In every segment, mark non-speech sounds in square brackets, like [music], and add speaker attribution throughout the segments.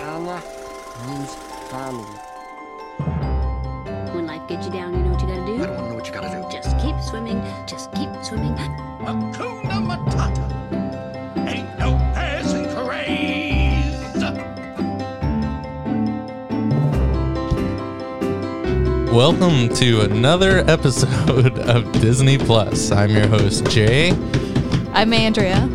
Speaker 1: Anna needs family.
Speaker 2: When life gets you down, you know what you gotta
Speaker 1: I
Speaker 2: do?
Speaker 1: don't want to know what you gotta do.
Speaker 2: Just keep swimming, just keep swimming.
Speaker 3: Hakuna Matata. Ain't no passing craze.
Speaker 4: Welcome to another episode [laughs] of Disney Plus. I'm your host, Jay,
Speaker 5: I'm Andrea.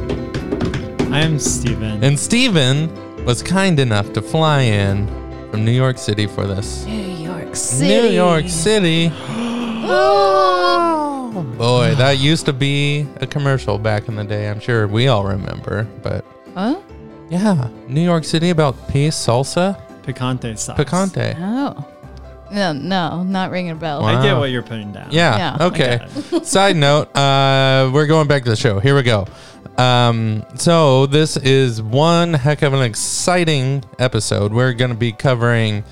Speaker 6: I'm Steven.
Speaker 4: and Steven was kind enough to fly in from New York City for this.
Speaker 5: New York
Speaker 4: New York City. Oh! Boy, that used to be a commercial back in the day. I'm sure we all remember, but
Speaker 5: Huh?
Speaker 4: yeah, New York City about peace, salsa,
Speaker 6: Picante sauce.
Speaker 4: picante.
Speaker 5: Oh. No, no, not ringing a bell.
Speaker 4: Wow.
Speaker 6: I get what you're putting down.
Speaker 4: Yeah.
Speaker 5: Yeah, I
Speaker 4: okay. [laughs] Side note, uh, we're going back to the show. Here we go. Um, so this is one heck of an exciting episode. We're going to be covering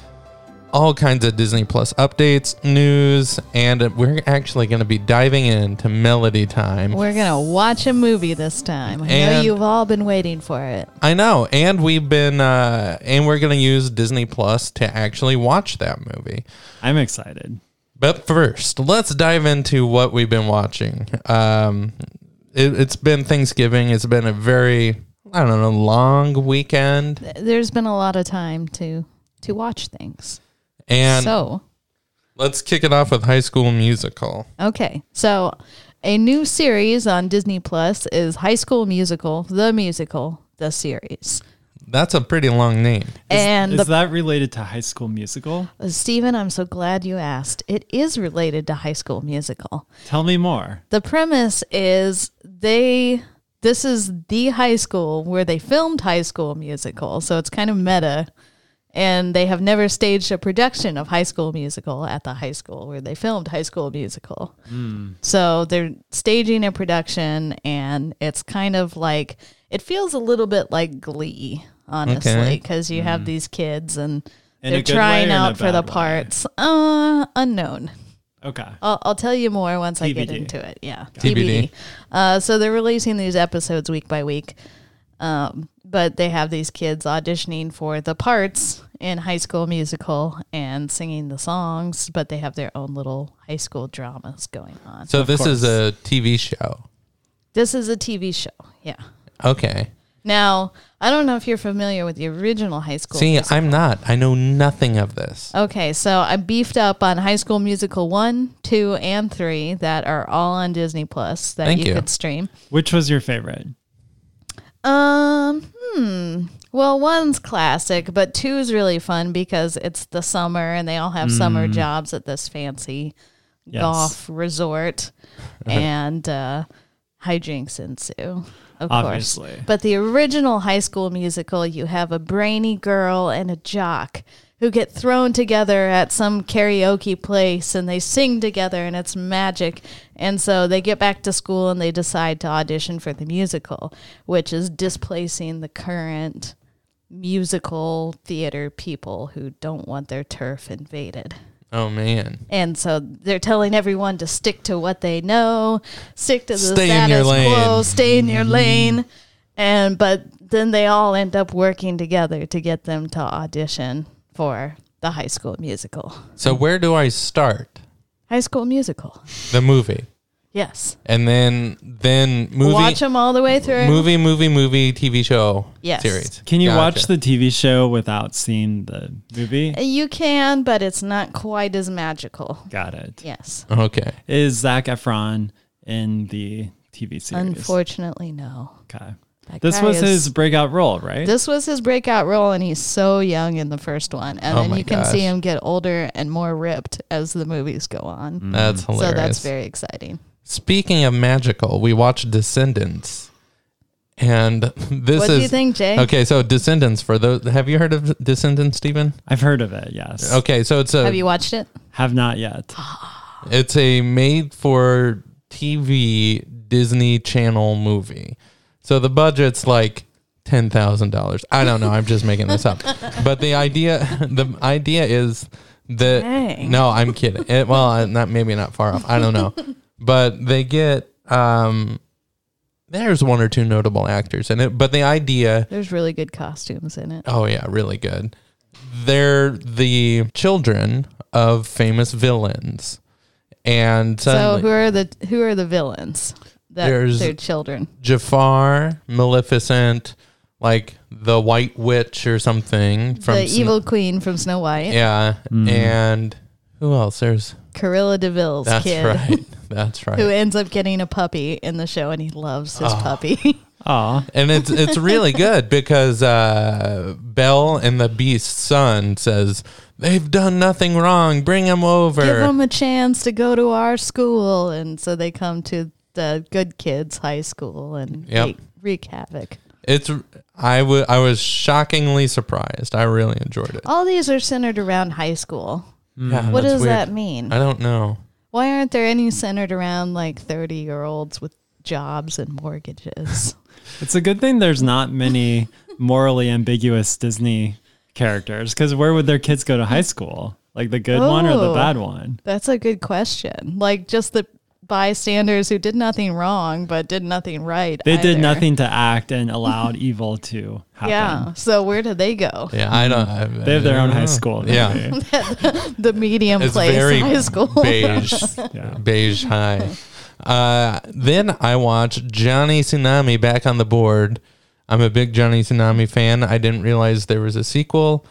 Speaker 4: all kinds of Disney Plus updates, news, and we're actually going to be diving into Melody Time.
Speaker 5: We're gonna watch a movie this time. I know
Speaker 4: And-
Speaker 5: you've all been waiting for it.
Speaker 4: I know, and we've been, uh, and we're going to use Disney Plus to actually watch that movie.
Speaker 6: I'm excited.
Speaker 4: But first, let's dive into what we've been watching. Um, it, it's been Thanksgiving. It's been a very, I don't know, long weekend.
Speaker 5: There's been a lot of time to to watch things.
Speaker 4: And
Speaker 5: so
Speaker 4: let's kick it off with High School Musical.
Speaker 5: okay, so a new series on Disney Plus is High School Musical: The Musical, the series.
Speaker 4: That's a pretty long name.
Speaker 5: and
Speaker 6: Is
Speaker 5: the
Speaker 6: that related to High School Musical?
Speaker 5: Stephen, I'm so glad you asked. It is related to High School Musical.
Speaker 6: Tell me more.
Speaker 5: The premise is they this is the high school where they filmed High School Musical, so it's kind of meta. And they have never staged a production of High School Musical at the high school where they filmed High School Musical.
Speaker 6: Hmm.
Speaker 5: So they're staging a production, and it's kind of like it feels a little bit like Glee, honestly,
Speaker 4: Okay.
Speaker 5: because you have these kids and
Speaker 6: Hmm. In a
Speaker 5: they're
Speaker 6: good way or
Speaker 5: trying
Speaker 6: in a
Speaker 5: out for the
Speaker 6: bad way?
Speaker 5: parts. Uh, unknown.
Speaker 6: Okay.
Speaker 5: I'll, I'll tell you more once I get
Speaker 6: TBD.
Speaker 5: into it. Yeah,
Speaker 4: TBD.
Speaker 5: Uh, so they're releasing these episodes week by week, um, but they have these kids auditioning for the parts in High School Musical and singing the songs, but they have their own little high school dramas going on.
Speaker 4: So this is a TV show.
Speaker 5: this is a TV show. Yeah.
Speaker 4: Okay.
Speaker 5: Now I don't know if you're familiar with the original High School.
Speaker 4: See,
Speaker 5: Musical.
Speaker 4: I'm not. I know nothing of this.
Speaker 5: Okay, so I beefed up on High School Musical one, two, and three that are all on Disney Plus that
Speaker 4: Thank
Speaker 5: you
Speaker 4: you.
Speaker 5: could stream.
Speaker 6: Which was your favorite?
Speaker 5: Um, hmm. Well, one's classic, but two's really fun because it's the summer and they all have summer jobs at this fancy
Speaker 6: Yes.
Speaker 5: golf resort and uh, hijinks ensue. Of
Speaker 6: Obviously.
Speaker 5: course. But the original high school musical, you have a brainy girl and a jock who get thrown together at some karaoke place and they sing together and it's magic. And so they get back to school and they decide to audition for the musical, which is displacing the current musical theater people who don't want their turf invaded.
Speaker 4: Oh, man.
Speaker 5: And so they're telling everyone to stick to what they know, stick to the
Speaker 4: Stay in your
Speaker 5: status quo,
Speaker 4: lane. Mm-hmm.
Speaker 5: stay in your lane. And but then they all end up working together to get them to audition for the high school musical.
Speaker 4: So where do I start?
Speaker 5: High school musical.
Speaker 4: The movie.
Speaker 5: Yes.
Speaker 4: And then, then movie,
Speaker 5: Watch them all the way through.
Speaker 4: movie, movie, movie, TV show
Speaker 5: Yes.
Speaker 4: series.
Speaker 6: Can you
Speaker 4: Gotcha.
Speaker 6: watch the TV show without seeing the movie?
Speaker 5: You can, but it's not quite as magical.
Speaker 6: Got it. Is
Speaker 5: Yes.
Speaker 4: Okay.
Speaker 6: Zach Efron in the TV series?
Speaker 5: Unfortunately, no.
Speaker 6: Okay.
Speaker 5: That
Speaker 6: This
Speaker 5: guy
Speaker 6: was
Speaker 5: is-
Speaker 6: his breakout role, right?
Speaker 5: This was his breakout role, and he's so young in the first one. And
Speaker 4: Oh
Speaker 5: then
Speaker 4: my
Speaker 5: you can see
Speaker 4: gosh.
Speaker 5: him get older and more ripped as the movies go on.
Speaker 4: That's Mm, hilarious.
Speaker 5: Mm-hmm. So that's very exciting.
Speaker 4: Speaking of magical, we watched Descendants. And [laughs] this
Speaker 5: What
Speaker 4: is
Speaker 5: do you think, Jay?
Speaker 4: Okay, so Descendants for those have you heard of Descendants, Stephen?
Speaker 6: I've heard of it, yes.
Speaker 4: Okay, so it's
Speaker 5: Have you
Speaker 4: a
Speaker 5: watched it?
Speaker 6: Have not yet.
Speaker 5: Ah.
Speaker 4: it's a made for TV Disney Channel movie. So the budget's like ten thousand dollars. I don't know, I'm just making this
Speaker 5: [laughs]
Speaker 4: up. But the idea [laughs] the idea is that
Speaker 5: Dang.
Speaker 4: no, I'm kidding. It, uh,
Speaker 5: [laughs]
Speaker 4: well, I- not maybe not far off. I don't know. But they get um there's one or two notable actors in it, but the idea
Speaker 5: There's really good costumes in it.
Speaker 4: oh, yeah, really good. They're the children of famous villains. And
Speaker 5: So
Speaker 4: suddenly,
Speaker 5: who are the who are the villains? That
Speaker 4: There's-
Speaker 5: their children.
Speaker 4: Jafar, Maleficent, like the White Witch or something from
Speaker 5: the
Speaker 4: Sn-
Speaker 5: evil queen from Snow White.
Speaker 4: Yeah,
Speaker 6: Mm.
Speaker 4: and who else? There's
Speaker 5: Corilla DeVille's
Speaker 4: that's
Speaker 5: kid. [laughs]
Speaker 4: right, that's
Speaker 5: Who
Speaker 4: right.
Speaker 5: ends up getting a puppy in the show and he loves
Speaker 4: Oh.
Speaker 5: his puppy. [laughs]
Speaker 6: Aw.
Speaker 4: And it's it's really good because uh, Belle and the Beast's son says they've done nothing wrong. Bring him over.
Speaker 5: Give them a chance to go to our school. And so they come to the good kids high school and
Speaker 4: Yep.
Speaker 5: wreak, wreak havoc.
Speaker 4: it's I wa- I was shockingly surprised. I really enjoyed it.
Speaker 5: All these are centered around high school.
Speaker 6: Mm,
Speaker 4: Yeah,
Speaker 5: Oh, What
Speaker 4: Oh, that's
Speaker 5: does
Speaker 4: weird. Uh,
Speaker 5: that mean?
Speaker 4: I don't know.
Speaker 5: Why aren't there any centered around like 30 year olds with jobs and
Speaker 4: [laughs]
Speaker 5: mortgages?
Speaker 6: It's a good thing there's not many morally ambiguous Disney characters because where would their kids go to high school? Like the good one or the
Speaker 5: Oh.
Speaker 6: bad one?
Speaker 5: That's a good question. Like just the bystanders who did nothing wrong but did nothing right.
Speaker 6: They did
Speaker 5: either.
Speaker 6: nothing to act
Speaker 5: [laughs]
Speaker 6: and allowed evil to happen.
Speaker 5: Yeah. So where do they go?
Speaker 4: Yeah, I don't. I,
Speaker 6: They have their own high school. don't
Speaker 4: Ah. Yeah.
Speaker 5: [laughs]
Speaker 6: they?
Speaker 5: The medium
Speaker 4: It's
Speaker 5: place
Speaker 4: very
Speaker 5: high school.
Speaker 4: beige.
Speaker 6: yeah.
Speaker 4: beige high. Uh, then I watched Johnny Tsunami back on the board. I'm a big Johnny Tsunami fan. I didn't realize there was a sequel.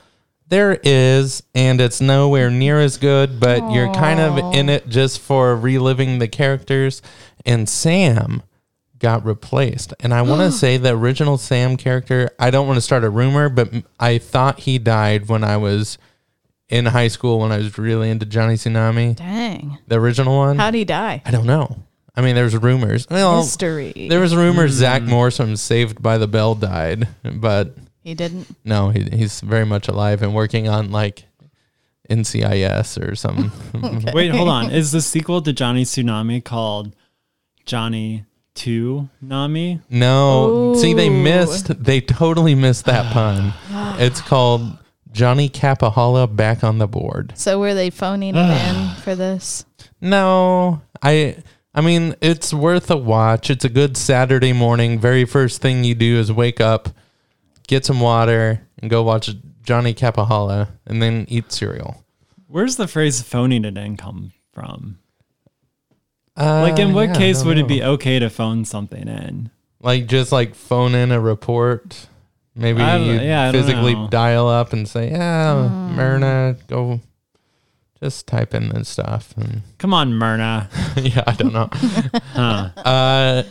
Speaker 4: There is, and it's nowhere near as good, but you're kind of in it just for reliving the characters. And Sam got replaced. And I want to say the original Sam character, I don't want to start a rumor, but m- I thought he died when I was in high school when I was really into Johnny Tsunami,
Speaker 5: Dang.
Speaker 4: the original one.
Speaker 5: How'd he die?
Speaker 4: I don't know. I mean, there's rumors. Well,
Speaker 5: History.
Speaker 4: there was rumors Zach Morris from Saved by the Bell died, but
Speaker 5: He didn't.
Speaker 4: no, he, he's very much alive and working on like NCIS or some.
Speaker 6: Wait, hold on. Is the sequel to Johnny Tsunami called Johnny Two Nami?
Speaker 4: no, see, they missed. They totally missed that pun. It's called Johnny Capahala back on the board.
Speaker 5: So were they phoning
Speaker 4: [sighs]
Speaker 5: him in for this?
Speaker 4: No, I. I mean, it's worth a watch. It's a good Saturday morning. Very first thing you do is wake up, get some water, and go watch Johnny Capahala, and then eat cereal.
Speaker 6: Where's the phrase phoning it in come from?
Speaker 4: Uh,
Speaker 6: Like, in what
Speaker 4: yeah, I
Speaker 6: case
Speaker 4: don't
Speaker 6: would
Speaker 4: know.
Speaker 6: it be okay to phone something in?
Speaker 4: like just like phone in a report? Maybe
Speaker 6: I don't-
Speaker 4: you
Speaker 6: yeah, I don't
Speaker 4: physically
Speaker 6: know.
Speaker 4: dial up and say, "Yeah, Myrna, go." Just type in this stuff, and [laughs]
Speaker 6: Come on, Myrna.
Speaker 4: yeah, I don't know.
Speaker 6: [laughs] Huh.
Speaker 4: Uh,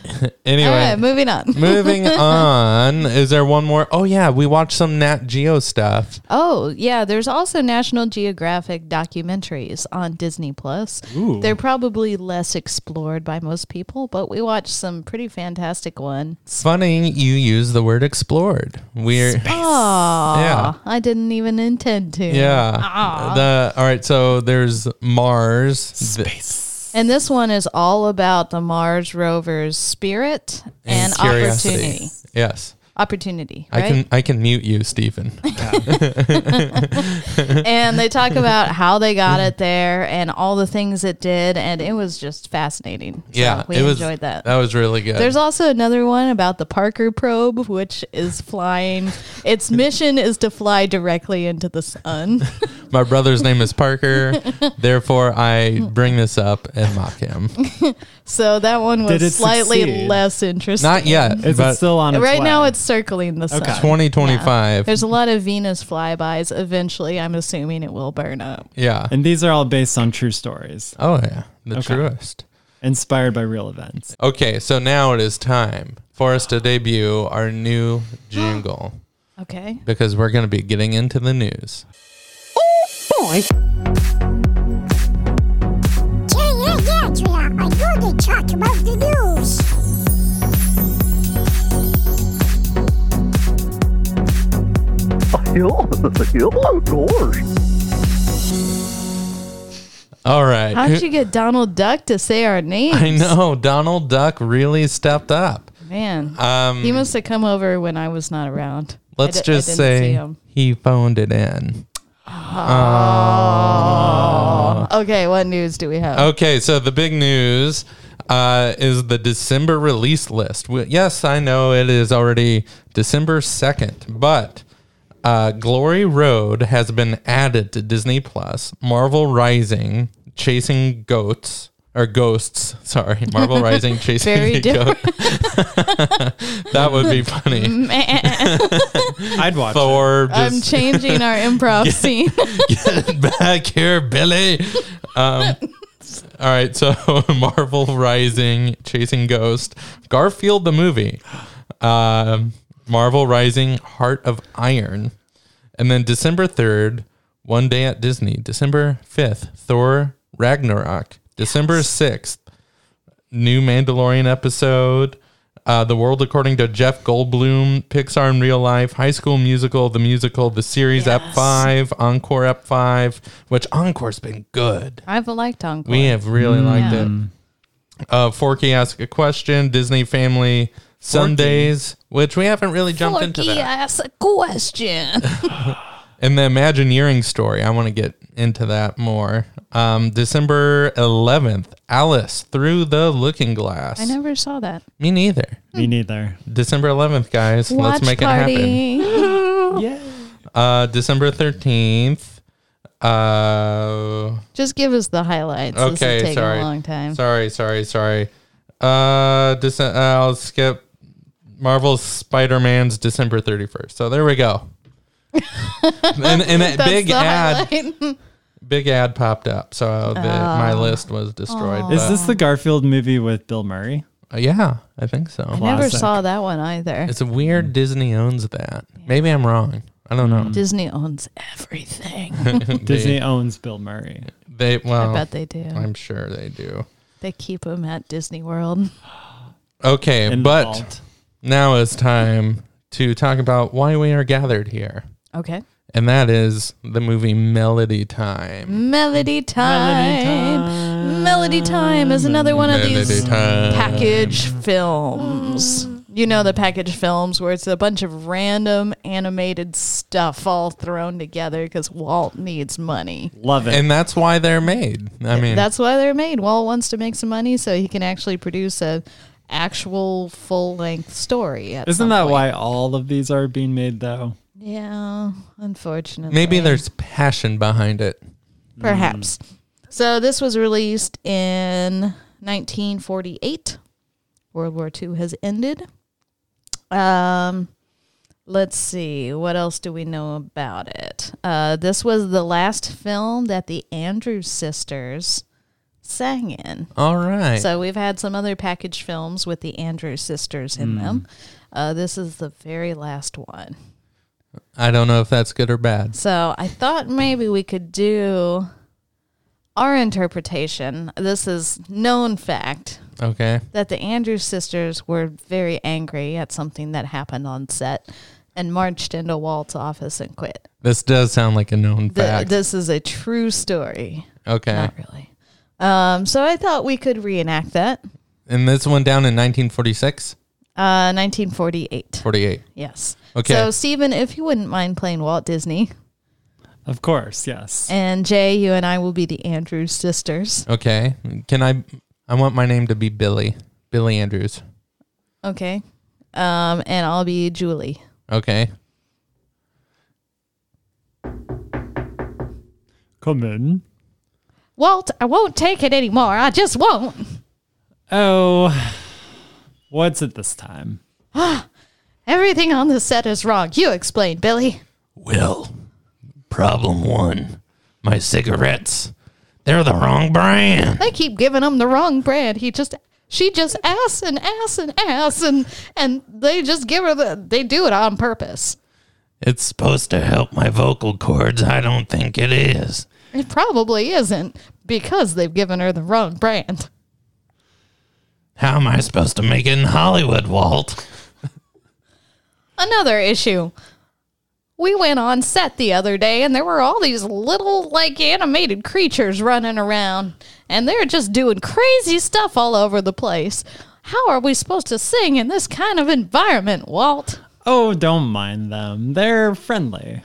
Speaker 4: anyway,
Speaker 5: All right, moving on. [laughs]
Speaker 4: Moving on, is there one more? Oh yeah, we watched some Nat Geo stuff.
Speaker 5: Oh, yeah, there's also National Geographic documentaries on Disney Plus.
Speaker 6: Ooh.
Speaker 5: They're probably less explored by most people, but we watched some pretty fantastic ones.
Speaker 4: It's funny you use the word explored. We're
Speaker 5: Aw,
Speaker 4: Yeah.
Speaker 5: I didn't even intend to.
Speaker 4: yeah. The all right, so there's Mars. Space.
Speaker 5: And this one is all about the Mars rover's spirit and, opportunity.
Speaker 4: Yes.
Speaker 5: Opportunity,
Speaker 4: I
Speaker 5: right?
Speaker 4: can I can mute you,
Speaker 5: [laughs]
Speaker 4: Stephen.
Speaker 5: and they talk about how they got it there and all the things it did, and it was just fascinating. So
Speaker 4: yeah,
Speaker 5: we
Speaker 4: it was,
Speaker 5: enjoyed that.
Speaker 4: That was really good.
Speaker 5: There's also another one about the Parker probe, which is flying. Its mission is to fly directly into the sun. [laughs]
Speaker 4: My brother's name is Parker, therefore I bring this up and mock him.
Speaker 5: So that one
Speaker 6: Did it
Speaker 5: was slightly
Speaker 6: succeed?
Speaker 5: less interesting.
Speaker 4: Not yet.
Speaker 6: Is
Speaker 4: but
Speaker 6: it still on its
Speaker 5: right
Speaker 6: way?
Speaker 5: now, it's circling the sun.
Speaker 6: Okay.
Speaker 4: 2025.
Speaker 5: There's a lot of Venus flybys. Eventually, I'm assuming it will burn up.
Speaker 4: yeah.
Speaker 6: And these are all based on true stories,
Speaker 4: Oh yeah. The
Speaker 6: Okay.
Speaker 4: truest.
Speaker 6: inspired by real events.
Speaker 4: Okay, so now it is time for us to debut our new jingle
Speaker 5: Okay.
Speaker 4: because we're going to be getting into the news.
Speaker 7: boy. Yeah, yeah, yeah, Tria. I know they talk about the news.
Speaker 4: All right.
Speaker 5: How'd you get Donald Duck to say our
Speaker 4: [laughs]
Speaker 5: names?
Speaker 4: I know Donald Duck really stepped up.
Speaker 5: Man.
Speaker 4: Um,
Speaker 5: he must have come over when I was not around. I
Speaker 4: let's
Speaker 5: di- I
Speaker 4: just
Speaker 5: didn't see
Speaker 4: say uh,
Speaker 5: him.
Speaker 4: he phoned it in.
Speaker 5: Okay, what news do we have?
Speaker 4: Oh.
Speaker 5: [laughs]
Speaker 4: Okay, so the big news uh, is the December release list. Well, yes, I know it is already December 2nd, but uh, Glory Road has been added to Disney Plus. Marvel Rising, Chasing Goats, or Ghosts, sorry. [laughs] Marvel
Speaker 5: [laughs]
Speaker 4: Rising, Chasing
Speaker 5: Very
Speaker 4: a Goat. [laughs] that would be
Speaker 5: [laughs]
Speaker 4: funny.
Speaker 6: I'd watch. it.
Speaker 4: Thor
Speaker 5: I'm
Speaker 4: just
Speaker 5: changing our
Speaker 4: [laughs]
Speaker 5: improv scene. [laughs]
Speaker 4: get [laughs] back here, Billy. Um, all right, so [laughs] Marvel Rising, Chasing Ghost, Garfield the movie, um, Marvel Rising, Heart of Iron, and then December third, One Day at Disney. December fifth, Thor Ragnarok. December sixth, new Mandalorian episode. Uh, the World According to Jeff Goldblum, Pixar in Real Life, High School Musical, the musical, the series Ep 5, Encore Ep 5, which Encore's been good.
Speaker 5: I've liked Encore.
Speaker 4: We have really liked it. Uh, Forky ask a question. Disney Family Sundays, which we haven't really jumped into
Speaker 5: Forky,
Speaker 4: that.
Speaker 5: ask a question.
Speaker 4: And the Imagineering story. I want to get into that more. Um, December 11th, Alice Through the Looking Glass.
Speaker 5: I never saw that.
Speaker 4: Me neither.
Speaker 6: Me neither.
Speaker 4: December 11th, guys. [laughs]
Speaker 5: Watch
Speaker 4: Let's make it happen.
Speaker 5: party. [laughs]
Speaker 4: Uh, December 13th. Uh,
Speaker 5: Just give us the highlights. this is
Speaker 4: okay,
Speaker 5: taking
Speaker 4: sorry.
Speaker 5: a long time.
Speaker 4: Sorry, sorry, sorry. Uh, Dece- uh, I'll skip Marvel's Spider Man's December 31st. So there we
Speaker 5: [laughs]
Speaker 4: go. and and a
Speaker 5: That's
Speaker 4: big
Speaker 5: the
Speaker 4: ad,
Speaker 5: highlight. [laughs]
Speaker 4: big ad popped up, so the, my
Speaker 5: Oh.
Speaker 4: list was destroyed.
Speaker 6: Is
Speaker 4: but-
Speaker 6: this the Garfield movie with Bill Murray?
Speaker 4: uh, yeah, I think so.
Speaker 5: Never
Speaker 6: Classic. Hmm.
Speaker 5: saw that one either.
Speaker 4: It's weird. Disney owns that. Maybe I'm wrong. I don't know.
Speaker 5: Disney owns everything.
Speaker 4: [laughs]
Speaker 6: Disney owns Bill Murray.
Speaker 4: They well,
Speaker 5: I bet they do.
Speaker 4: I'm sure they do.
Speaker 5: They keep them at Disney World.
Speaker 4: Okay,
Speaker 6: In the
Speaker 4: but
Speaker 6: vault.
Speaker 4: now it's time to talk about why we are gathered here.
Speaker 5: Okay.
Speaker 4: And that is the movie Melody Time.
Speaker 5: Melody time. Melody time is another one of these
Speaker 4: Time.
Speaker 5: package films. You know the package films where it's a bunch of random animated stuff all thrown together because Walt needs money.
Speaker 6: Love it.
Speaker 4: And that's why they're made. I mean,
Speaker 5: That's why they're made. Walt wants to make some money so he can actually produce a actual full length story. at some
Speaker 6: Isn't that
Speaker 5: point.
Speaker 6: why all of these are being made though?
Speaker 5: Yeah, unfortunately.
Speaker 4: maybe there's passion behind it.
Speaker 5: Perhaps. So this was released in 1948. World War II has ended. Um, let's see. What else do we know about it? Uh, this was the last film that the Andrews sisters sang in.
Speaker 4: All right.
Speaker 5: So we've had some other package films with the Andrews sisters in them. Uh, this is the very last one.
Speaker 4: I don't know if that's good or bad.
Speaker 5: So I thought maybe we could do our interpretation. This is known fact
Speaker 4: Okay.
Speaker 5: that the Andrews sisters were very angry at something that happened on set and marched into Walt's office and quit.
Speaker 4: This does sound like a known
Speaker 5: Th-
Speaker 4: fact.
Speaker 5: this is a true story.
Speaker 4: okay.
Speaker 5: Not really. Um, so I thought we could reenact that.
Speaker 4: And this one down in 1946,
Speaker 5: Uh, 1948.
Speaker 4: 48.
Speaker 5: Yes.
Speaker 4: Okay.
Speaker 5: So, Stephen, if you wouldn't mind playing Walt Disney,
Speaker 6: Of course, yes.
Speaker 5: and Jay, you and I will be the Andrews sisters.
Speaker 4: Okay. Can I? I want my name to be Billy. Billy Andrews.
Speaker 5: Okay. Um, and I'll be Julie.
Speaker 4: Okay.
Speaker 6: Come in.
Speaker 5: Walt, I won't take it anymore. I just won't.
Speaker 6: Oh, what's it this time?
Speaker 5: Everything on the set is wrong. You explain, Billy.
Speaker 8: Well, problem one my cigarettes. They're the wrong brand.
Speaker 5: They keep giving him the wrong brand. He just she just ass and ass and ass and and they just give her the they do it on purpose.
Speaker 8: It's supposed to help my vocal cords. I don't think it is.
Speaker 5: It probably isn't because they've given her the wrong brand.
Speaker 8: How am I supposed to make it in Hollywood, Walt?
Speaker 5: Another issue. We went on set the other day and there were all these little, like, animated creatures running around, and they're just doing crazy stuff all over the place. How are we supposed to sing in this kind of environment, Walt?
Speaker 6: Oh, don't mind them. They're friendly.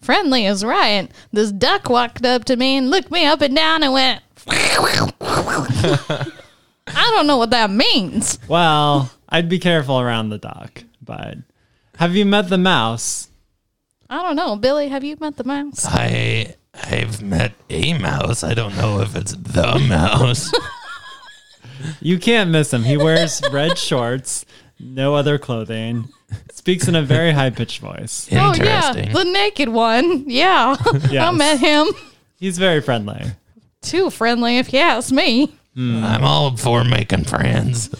Speaker 5: Friendly is right. This duck walked up to me and looked me up and down and went, [laughs] I don't know what that means.
Speaker 6: Well, I'd be careful around the dock, but have you met the mouse?
Speaker 5: I don't know. Billy, have you met the
Speaker 4: Uh,
Speaker 5: mouse?
Speaker 4: I I've met a mouse. I don't know if
Speaker 8: [laughs]
Speaker 4: it's the mouse.
Speaker 6: You can't miss him. He wears red shorts, no other clothing, speaks in a very high pitched voice.
Speaker 4: Interesting.
Speaker 5: Oh, yeah. The naked one. Yeah. I met him.
Speaker 6: He's very friendly.
Speaker 5: Too friendly, if you ask me.
Speaker 4: I'm all for making friends.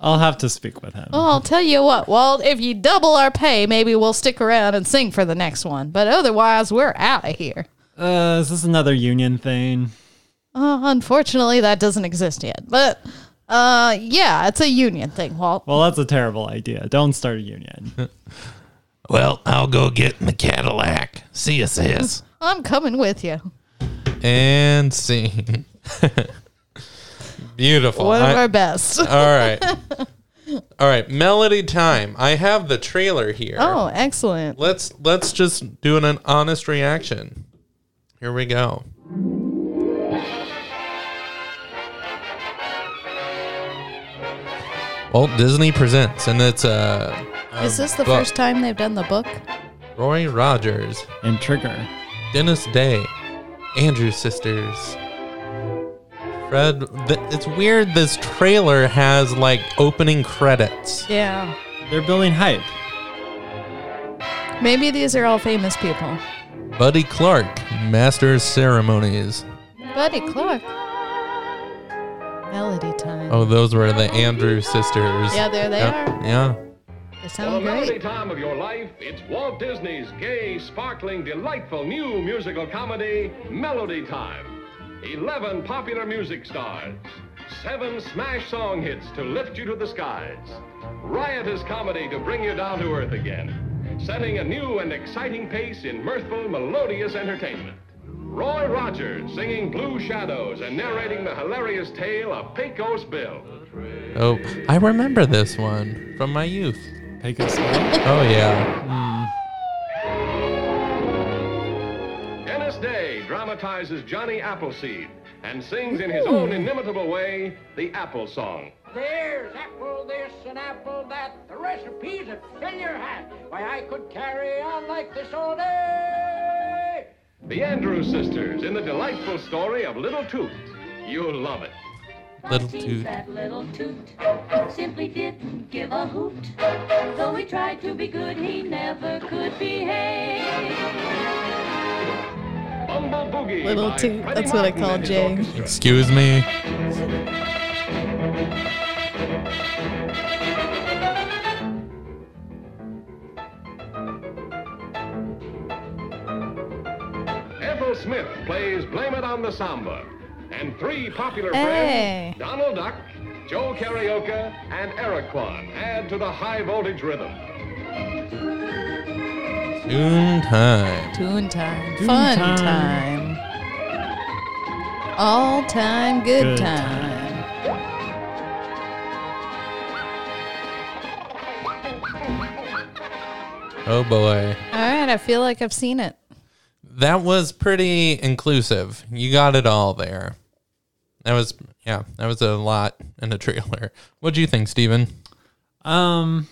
Speaker 6: I'll have to speak with him.
Speaker 5: Well, I'll tell you what, Walt, if you double our pay, maybe we'll stick around and sing for the next one. But otherwise, we're out of here.
Speaker 6: Uh, is this another union thing?
Speaker 5: Uh, unfortunately, that doesn't exist yet. But uh, yeah, it's a union thing, Walt.
Speaker 6: Well, that's a terrible idea. Don't start a union.
Speaker 4: Well, I'll go get in the Cadillac. See you, sis.
Speaker 5: I'm coming with you.
Speaker 9: and scene. [laughs] Beautiful.
Speaker 5: One of
Speaker 9: I-
Speaker 5: our best.
Speaker 9: all right. All right, melody time. I have the trailer here.
Speaker 5: Oh, excellent.
Speaker 9: Let's let's just do an, an honest reaction. Here we go. Walt Disney presents, and it's uh,
Speaker 5: Is this the
Speaker 9: book.
Speaker 5: first time they've done the book?
Speaker 9: Roy Rogers,
Speaker 6: And trigger.
Speaker 9: Dennis Day, Andrew Sisters, Fred. Th- it's weird. This trailer has like opening credits.
Speaker 5: Yeah.
Speaker 6: They're building hype.
Speaker 5: Maybe these are all famous people.
Speaker 9: Buddy Clark, Master of Ceremonies.
Speaker 5: Buddy Clark. Melody time.
Speaker 9: Oh, those were the Andrew Sisters.
Speaker 5: Yeah, there they
Speaker 9: Oh, yeah,
Speaker 5: are.
Speaker 9: Yeah.
Speaker 5: They
Speaker 3: For the
Speaker 5: sound
Speaker 3: melody
Speaker 5: great.
Speaker 3: time of your life, it's Walt Disney's gay, sparkling, delightful new musical comedy, Melody Time. Eleven popular music stars, seven smash song hits to lift you to the skies, riotous comedy to bring you down to earth again, setting a new and exciting pace in mirthful, melodious entertainment. Roy Rogers singing Blue Shadows and narrating the hilarious tale of Pecos Bill.
Speaker 9: Oh, I remember this one from my youth.
Speaker 6: Pecos Bill.
Speaker 9: Oh yeah.
Speaker 3: Hmm. Dennis Day dramatizes Johnny Appleseed and sings in his own inimitable way the Apple Song.
Speaker 10: There's apple this and apple that, the recipes that fill your hat. Why, I could carry on like this all day.
Speaker 3: The Andrews sisters in the delightful story of Little Toot. You'll love it.
Speaker 9: Little toot.
Speaker 11: That little toot simply didn't give a hoot. Though he tried to be good, he never could behave.
Speaker 3: Bumble Boogie.
Speaker 5: Little
Speaker 3: by
Speaker 5: Toot,
Speaker 3: Freddie
Speaker 5: that's what I
Speaker 3: Martin
Speaker 5: call
Speaker 3: and his
Speaker 5: Jay.
Speaker 3: orchestra.
Speaker 9: Excuse me.
Speaker 3: Ethel Smith plays Blame It on the Samba. And three popular
Speaker 5: Hey.
Speaker 3: friends, Donald Duck, Joe Karaoke, and Eric Kwan, add to the high voltage rhythm.
Speaker 9: Soon time.
Speaker 5: Toon time.
Speaker 6: Toon
Speaker 5: Fun time.
Speaker 6: time.
Speaker 5: All time good,
Speaker 6: Good
Speaker 5: time.
Speaker 9: Oh boy.
Speaker 5: All right, I feel like I've seen it.
Speaker 9: That was pretty inclusive. You got it all there. That was yeah. That was a lot in a trailer. What do you think, Steven?
Speaker 6: Um,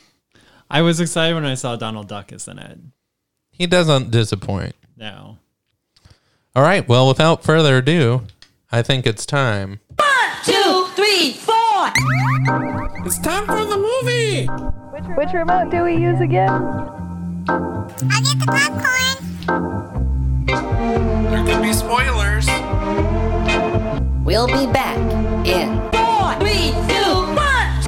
Speaker 6: I was excited when I saw Donald Duck is in it.
Speaker 9: He doesn't disappoint.
Speaker 6: No.
Speaker 9: All right. Well, without further ado, I think it's time.
Speaker 11: Two, three, four!
Speaker 9: It's time for the movie.
Speaker 7: I'll get the popcorn.
Speaker 9: There could be spoilers.
Speaker 11: We'll be back in four, three, two, one!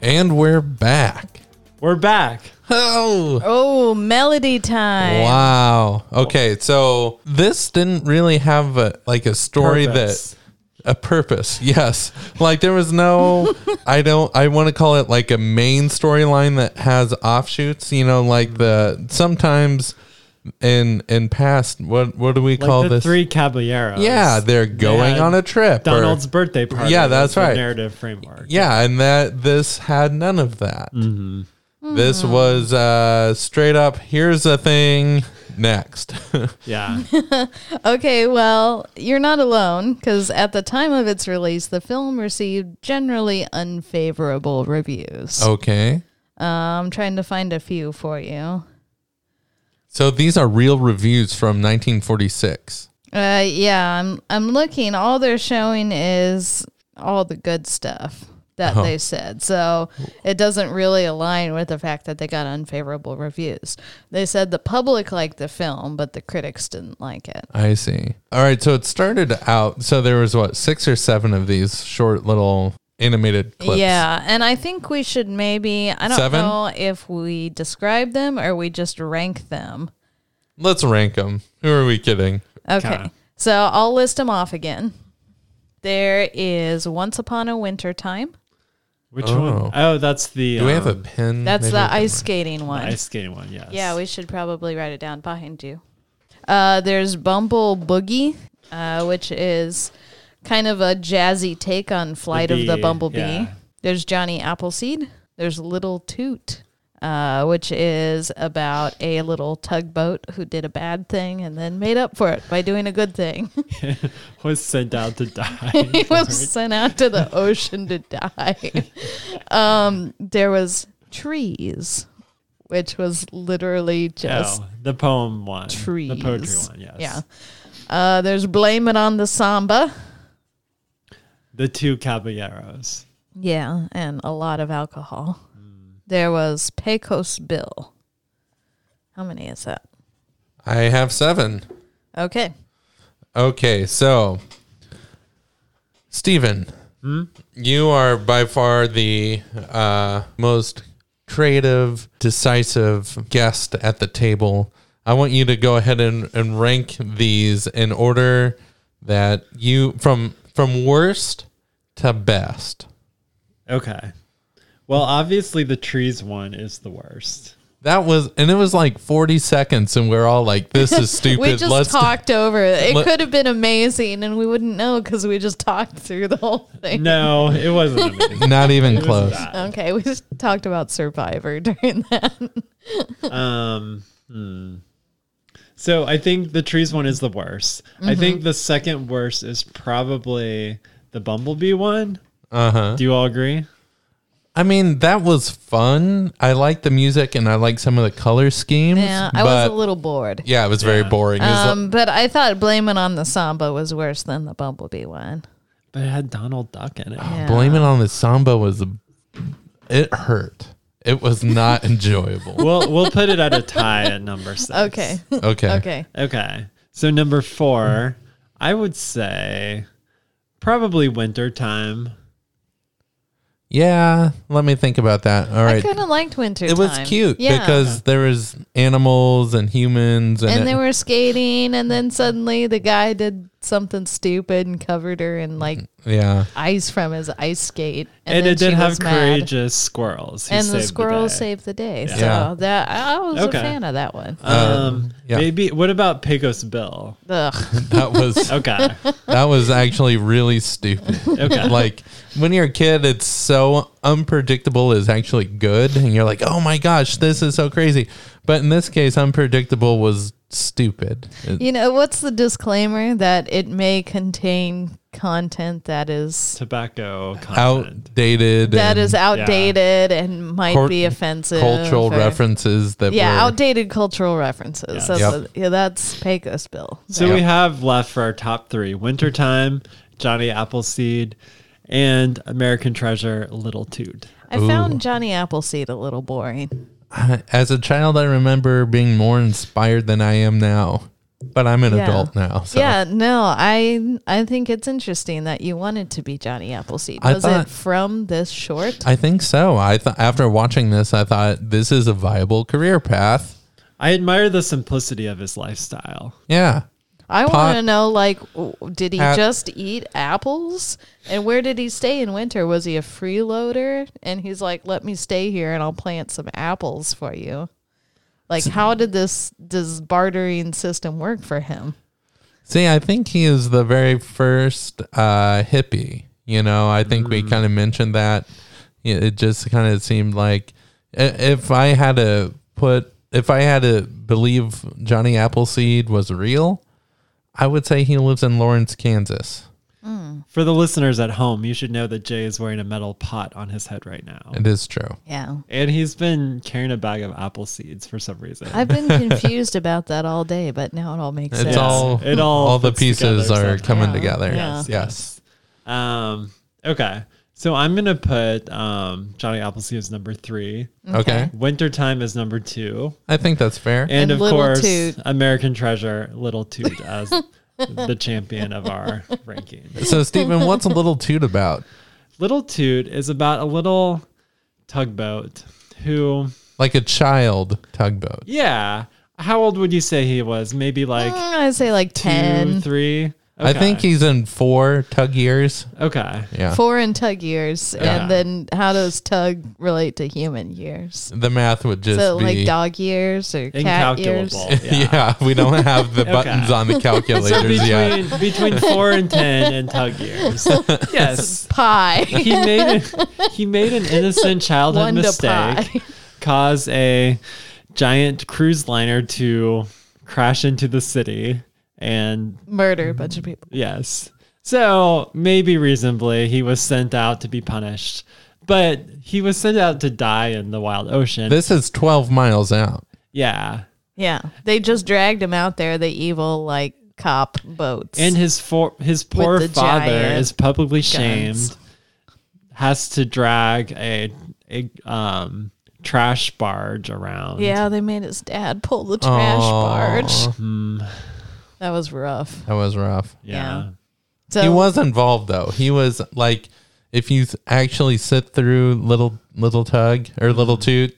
Speaker 9: And we're back.
Speaker 6: We're back.
Speaker 9: Oh.
Speaker 5: Oh, melody time.
Speaker 9: Wow. Okay, so this didn't really have a, like a story
Speaker 6: Purpose.
Speaker 9: that a purpose. Yes. Like there was no I don't I want to call it like a main storyline that has offshoots, you know, like the sometimes in in past what what do we
Speaker 6: Like
Speaker 9: call
Speaker 6: the
Speaker 9: this?
Speaker 6: three caballeros.
Speaker 9: yeah, they're going
Speaker 6: had
Speaker 9: on a trip. or-
Speaker 6: Donald's birthday party.
Speaker 9: Yeah, that's
Speaker 6: was the
Speaker 9: right.
Speaker 6: Narrative framework.
Speaker 9: yeah, and that this had none
Speaker 6: Mm-hmm.
Speaker 9: of that. This was uh straight up here's a thing next. [laughs]
Speaker 6: Yeah.
Speaker 5: Okay, well, you're not alone because at the time of its release, the film received generally unfavorable reviews. Uh,
Speaker 9: okay.
Speaker 5: I'm trying to find a few for you.
Speaker 9: So these are real reviews from 1946.
Speaker 5: Uh, yeah, I'm I'm looking. All they're showing is all the good stuff that they said. So it doesn't really align with the fact that they got unfavorable reviews. They said the public liked the film, but the critics didn't like it.
Speaker 9: I see. All right. So it started out. So there was what six or seven of these short little animated clips.
Speaker 5: Yeah, and I think we should maybe I don't
Speaker 9: Seven?
Speaker 5: know if we describe them or we just rank them.
Speaker 9: Let's rank them. Who are we kidding?
Speaker 5: Okay.
Speaker 6: Kinda.
Speaker 5: So I'll list them off again. There is Once Upon a Winter
Speaker 9: Mm,
Speaker 5: Time.
Speaker 6: Which
Speaker 9: Oh.
Speaker 6: one? Oh, that's the.
Speaker 9: Do we have a
Speaker 6: um,
Speaker 9: pin?
Speaker 5: That's
Speaker 9: Maybe we
Speaker 5: the
Speaker 9: can-
Speaker 5: ice skating one.
Speaker 6: ice skating one? Yes.
Speaker 5: Yeah, we should probably write it down behind you. Uh, there's Bumble Boogie, uh, which is kind of a jazzy take on Flight of the
Speaker 6: bee,
Speaker 5: Bumblebee.
Speaker 6: yeah.
Speaker 5: There's Johnny Appleseed. There's Little Toot, uh, which is about a little tugboat who did a bad thing and then made up for it by doing a good thing. [laughs]
Speaker 6: was sent out to die.
Speaker 5: he was sent out to the ocean to
Speaker 6: [laughs]
Speaker 5: die. Um, there was Trees, which was literally just
Speaker 6: Oh, the poem one.
Speaker 5: trees.
Speaker 6: The poetry one. Yes.
Speaker 5: Yeah. Uh, there's blame it on the samba.
Speaker 6: The two caballeros.
Speaker 5: Yeah, and a lot of alcohol.
Speaker 9: Hmm.
Speaker 5: There was Pecos Bill. How many is that?
Speaker 9: I have seven.
Speaker 5: Okay.
Speaker 9: Okay, so Stephen,
Speaker 5: Hmm?
Speaker 9: you are by far the uh, most creative, decisive guest at the table. I want you to go ahead and, and rank these in order that you from from worst to best.
Speaker 6: Okay. Well, obviously the trees one is the worst.
Speaker 9: That was and it was like forty seconds, and we're all like, "This is
Speaker 5: [laughs]
Speaker 9: stupid."
Speaker 5: We just
Speaker 9: Let's
Speaker 5: talked over it. It
Speaker 9: let-
Speaker 5: could have been amazing, and we wouldn't know because we just talked through the whole thing.
Speaker 6: No, it
Speaker 9: [laughs]
Speaker 6: wasn't. amazing.
Speaker 5: [laughs]
Speaker 9: not even
Speaker 6: It was
Speaker 9: close.
Speaker 6: bad.
Speaker 5: Okay, we just talked about Survivor [laughs] during that.
Speaker 6: Um, hmm. So I think the trees one is the worst. I
Speaker 5: Mm-hmm.
Speaker 6: think the second worst is probably the bumblebee one.
Speaker 9: Uh huh.
Speaker 6: Do you all agree?
Speaker 9: I mean, that was fun. I like the music and I like some of the color schemes.
Speaker 5: Yeah, I was a
Speaker 9: but-
Speaker 5: little bored.
Speaker 9: Yeah, it was very boring. It was like-
Speaker 5: Um, but I thought blame it on the samba was worse than the bumblebee one.
Speaker 6: But it had Donald Duck in it.
Speaker 5: Yeah.
Speaker 9: Blaming on the samba was a, it hurt. It was not [laughs] enjoyable.
Speaker 6: We'll we'll put it at a tie at number six.
Speaker 9: [laughs]
Speaker 5: Okay.
Speaker 9: Okay.
Speaker 5: Okay.
Speaker 6: Okay. So number four, I would say probably wintertime.
Speaker 9: Yeah, let me think about that. All
Speaker 5: I
Speaker 9: right.
Speaker 5: kind of liked winter.
Speaker 9: It was
Speaker 5: Time.
Speaker 9: cute
Speaker 5: Yeah.
Speaker 9: because there was animals and humans and,
Speaker 5: and
Speaker 9: it-
Speaker 5: they were skating, and then suddenly the guy did something stupid and covered her in like
Speaker 9: yeah.
Speaker 5: ice from his ice skate,
Speaker 6: And,
Speaker 5: then
Speaker 6: it did
Speaker 5: she
Speaker 6: have
Speaker 5: was mad.
Speaker 6: courageous squirrels. who
Speaker 5: And the
Speaker 6: saved
Speaker 5: squirrel
Speaker 6: day.
Speaker 5: saved the day, so
Speaker 9: Yeah.
Speaker 5: that I was
Speaker 6: Okay.
Speaker 5: a fan of that one.
Speaker 6: Um,
Speaker 9: yeah.
Speaker 6: maybe what about Pecos Bill?
Speaker 5: Ugh.
Speaker 9: That
Speaker 5: [laughs]
Speaker 9: was
Speaker 6: Okay,
Speaker 9: that was actually really stupid.
Speaker 6: okay.
Speaker 9: like when you're a kid, it's so unpredictable is actually good, and you're like, oh my gosh, this is so crazy. But in this case, unpredictable was stupid. It-
Speaker 5: You know what's the disclaimer that it may contain content that is
Speaker 6: Tobacco content.
Speaker 9: outdated.
Speaker 5: that
Speaker 9: and
Speaker 5: is outdated and might
Speaker 9: Cor-
Speaker 5: be offensive.
Speaker 9: cultural
Speaker 5: or-
Speaker 9: references that
Speaker 5: Yeah,
Speaker 9: were
Speaker 5: outdated cultural references.
Speaker 6: Yes.
Speaker 5: That's
Speaker 9: Yep.
Speaker 5: what- yeah, that's Pecos Bill.
Speaker 6: So we have left for our top three: Wintertime, Johnny Appleseed, and American Treasure, Little Toot.
Speaker 5: I found Johnny Appleseed a little boring.
Speaker 9: [laughs] As a child, I remember being more inspired than I am now. But I'm an
Speaker 5: Yeah.
Speaker 9: adult now. So.
Speaker 5: Yeah, no, I I think it's interesting that you wanted to be Johnny Appleseed.
Speaker 9: I
Speaker 5: Was
Speaker 9: thought-
Speaker 5: it from this short?
Speaker 9: I think so. I thought after watching this, I thought this is a viable career path.
Speaker 6: I admire the simplicity of his lifestyle.
Speaker 9: Yeah.
Speaker 5: I
Speaker 9: pot-
Speaker 5: want to know, like, w- did he
Speaker 9: At-
Speaker 5: just eat apples? And where did he stay in winter? Was he a freeloader? And he's like, let me stay here and I'll plant some apples for you. Like, how did this does bartering system work for him?
Speaker 9: See, I think he is the very first uh, hippie. You know, I think
Speaker 6: Mm.
Speaker 9: we kind of mentioned that. It it just kind of seemed like i- if I had to put if I had to believe Johnny Appleseed was real, I would say he lives in Lawrence, Kansas.
Speaker 6: For the listeners at home, you should know that Jay is wearing a metal pot on his head right now.
Speaker 9: It is true.
Speaker 5: Yeah.
Speaker 6: And he's been carrying a bag of apple seeds for some reason.
Speaker 5: I've been confused about that all day, but now it all makes
Speaker 9: It's
Speaker 5: sense.
Speaker 9: all
Speaker 6: It all
Speaker 9: all, the
Speaker 6: fits together
Speaker 9: pieces
Speaker 6: somehow.
Speaker 9: are coming
Speaker 5: Yeah.
Speaker 9: together.
Speaker 5: Yeah.
Speaker 9: Yes. Yes.
Speaker 6: Um, okay. So I'm going to put um, Johnny Appleseed as number three,
Speaker 9: Okay.
Speaker 6: Wintertime as number two,
Speaker 9: I think that's fair.
Speaker 6: and,
Speaker 5: Mm-hmm. And
Speaker 6: of
Speaker 5: Little
Speaker 6: course,
Speaker 5: Toot.
Speaker 6: American Treasure,
Speaker 5: [laughs]
Speaker 6: Little Toot as the champion of our ranking.
Speaker 9: so Stephen, what's
Speaker 5: [laughs]
Speaker 9: a little toot about?
Speaker 6: Little Toot is about a little tugboat who,
Speaker 9: Like a child tugboat.
Speaker 6: yeah, how old would you say he was? Maybe like
Speaker 5: Mm, I'd say like
Speaker 6: two,
Speaker 5: 10,
Speaker 6: three.
Speaker 9: I
Speaker 6: Okay.
Speaker 9: think he's in four tug years.
Speaker 6: okay.
Speaker 9: Yeah.
Speaker 5: four and tug years.
Speaker 6: Yeah.
Speaker 5: And then how does tug relate to human years?
Speaker 9: The math would just
Speaker 5: So
Speaker 9: be
Speaker 5: like dog years or cat years?
Speaker 6: Incalculable.
Speaker 9: [laughs] yeah. we don't
Speaker 6: [laughs]
Speaker 9: have the
Speaker 5: [laughs]
Speaker 9: buttons on the calculators yet.
Speaker 6: between between four and ten and tug
Speaker 9: [laughs]
Speaker 6: years. Yes,
Speaker 5: Pie. [laughs]
Speaker 6: he made he made an innocent childhood
Speaker 5: One to
Speaker 6: mistake,
Speaker 5: pie.
Speaker 6: cause a giant cruise liner to crash into the city, and
Speaker 5: Murder a bunch of people.
Speaker 6: yes, so maybe reasonably he was sent out to be punished. But he was sent out to die in the wild ocean.
Speaker 9: This is 12 miles out.
Speaker 6: yeah.
Speaker 5: Yeah. They just dragged him out there, the evil like cop boats.
Speaker 6: And his for, his poor
Speaker 5: the
Speaker 6: father
Speaker 5: giant
Speaker 6: is publicly
Speaker 5: guns.
Speaker 6: shamed, has to drag a a um trash barge around.
Speaker 5: yeah, they made his dad pull the trash barge. That was rough.
Speaker 9: That was rough.
Speaker 6: Hmm. Yeah.
Speaker 5: So
Speaker 9: He was involved though. He was like, if you th- actually sit through little little tug or
Speaker 6: Mm.
Speaker 9: little toot,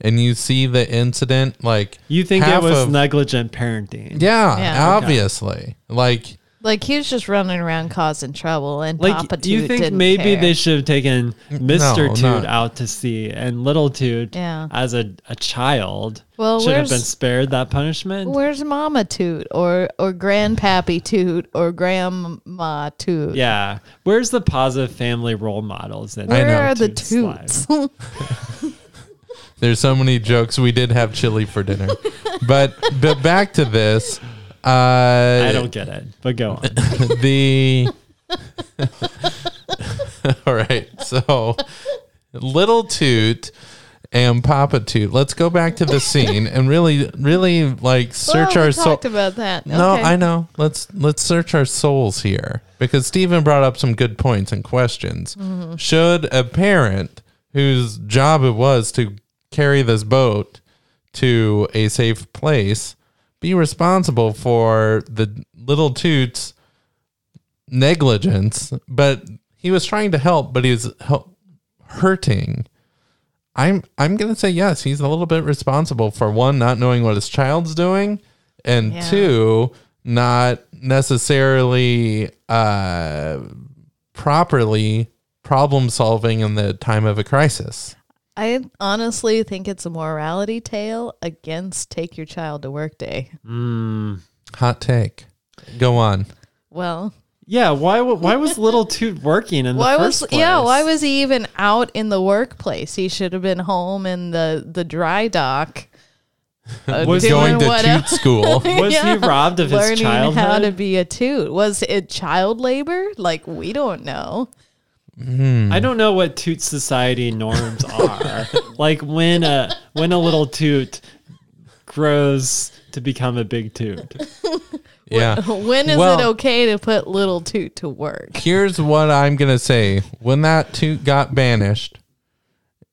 Speaker 9: and you see the incident, like
Speaker 6: You think
Speaker 9: half
Speaker 6: it was
Speaker 9: of-
Speaker 6: negligent parenting.
Speaker 9: yeah,
Speaker 5: Yeah.
Speaker 9: obviously, like
Speaker 5: Like he was just running around causing trouble, and
Speaker 6: Like
Speaker 5: Papa Toot
Speaker 6: you think
Speaker 5: didn't
Speaker 6: maybe
Speaker 5: care.
Speaker 6: they should have taken Mr.
Speaker 9: no,
Speaker 6: Toot
Speaker 9: not-
Speaker 6: out to sea and little Toot
Speaker 5: Yeah.
Speaker 6: as a, a child
Speaker 5: Well,
Speaker 6: should have been
Speaker 5: where's-
Speaker 6: spared that punishment.
Speaker 5: Where's Mama Toot or or Grandpappy Toot or Grandma Toot?
Speaker 6: yeah. Where's the positive family role models in
Speaker 5: where
Speaker 9: know,
Speaker 5: are the
Speaker 6: Toot's life?
Speaker 5: Toots? [laughs]
Speaker 9: There's so many jokes. We did have chili for
Speaker 5: [laughs]
Speaker 9: dinner, but but back to this. Uh,
Speaker 6: I don't get it, but go on.
Speaker 9: the. [laughs] All right, so little toot and Papa Toot. Let's go back to the scene and really, really like search
Speaker 5: well,
Speaker 9: our
Speaker 5: we
Speaker 9: soul.
Speaker 5: talked about that.
Speaker 9: No,
Speaker 5: Okay.
Speaker 9: I know. Let's let's search our souls here because Stephen brought up some good points and questions.
Speaker 5: Mm-hmm.
Speaker 9: Should a parent whose job it was to carry this boat to a safe place be responsible for the little toot's negligence? But he was trying to help, but he was hel- hurting. I'm I'm gonna say yes. He's a little bit responsible for one not knowing what his child's doing, and
Speaker 5: Yeah.
Speaker 9: two not necessarily uh, properly problem solving in the time of a crisis.
Speaker 5: I honestly think it's a morality tale against take your child to work day.
Speaker 9: Hot take. Go on.
Speaker 5: Well,
Speaker 6: Yeah, why wa- why
Speaker 5: [laughs]
Speaker 6: was little Toot working in
Speaker 5: why
Speaker 6: the
Speaker 5: was
Speaker 6: first place?
Speaker 5: yeah? Why was he even out in the workplace? He should have been home in the the dry dock. uh,
Speaker 6: [laughs] Was
Speaker 5: doing
Speaker 9: Going to
Speaker 5: what-
Speaker 9: toot
Speaker 5: [laughs]
Speaker 9: school.
Speaker 6: was
Speaker 5: Yeah.
Speaker 6: he robbed of his
Speaker 5: learning how
Speaker 6: childhood?
Speaker 5: to be a toot. Was it child labor? Like we don't know.
Speaker 9: Hmm.
Speaker 6: I don't know what Toot
Speaker 5: [laughs]
Speaker 6: society norms are. like when a when a little Toot grows to become a big Toot.
Speaker 9: yeah.
Speaker 5: When is
Speaker 9: Well-
Speaker 5: it okay to put little toot to work? [laughs]
Speaker 9: Here's what I'm gonna say. When that toot got banished,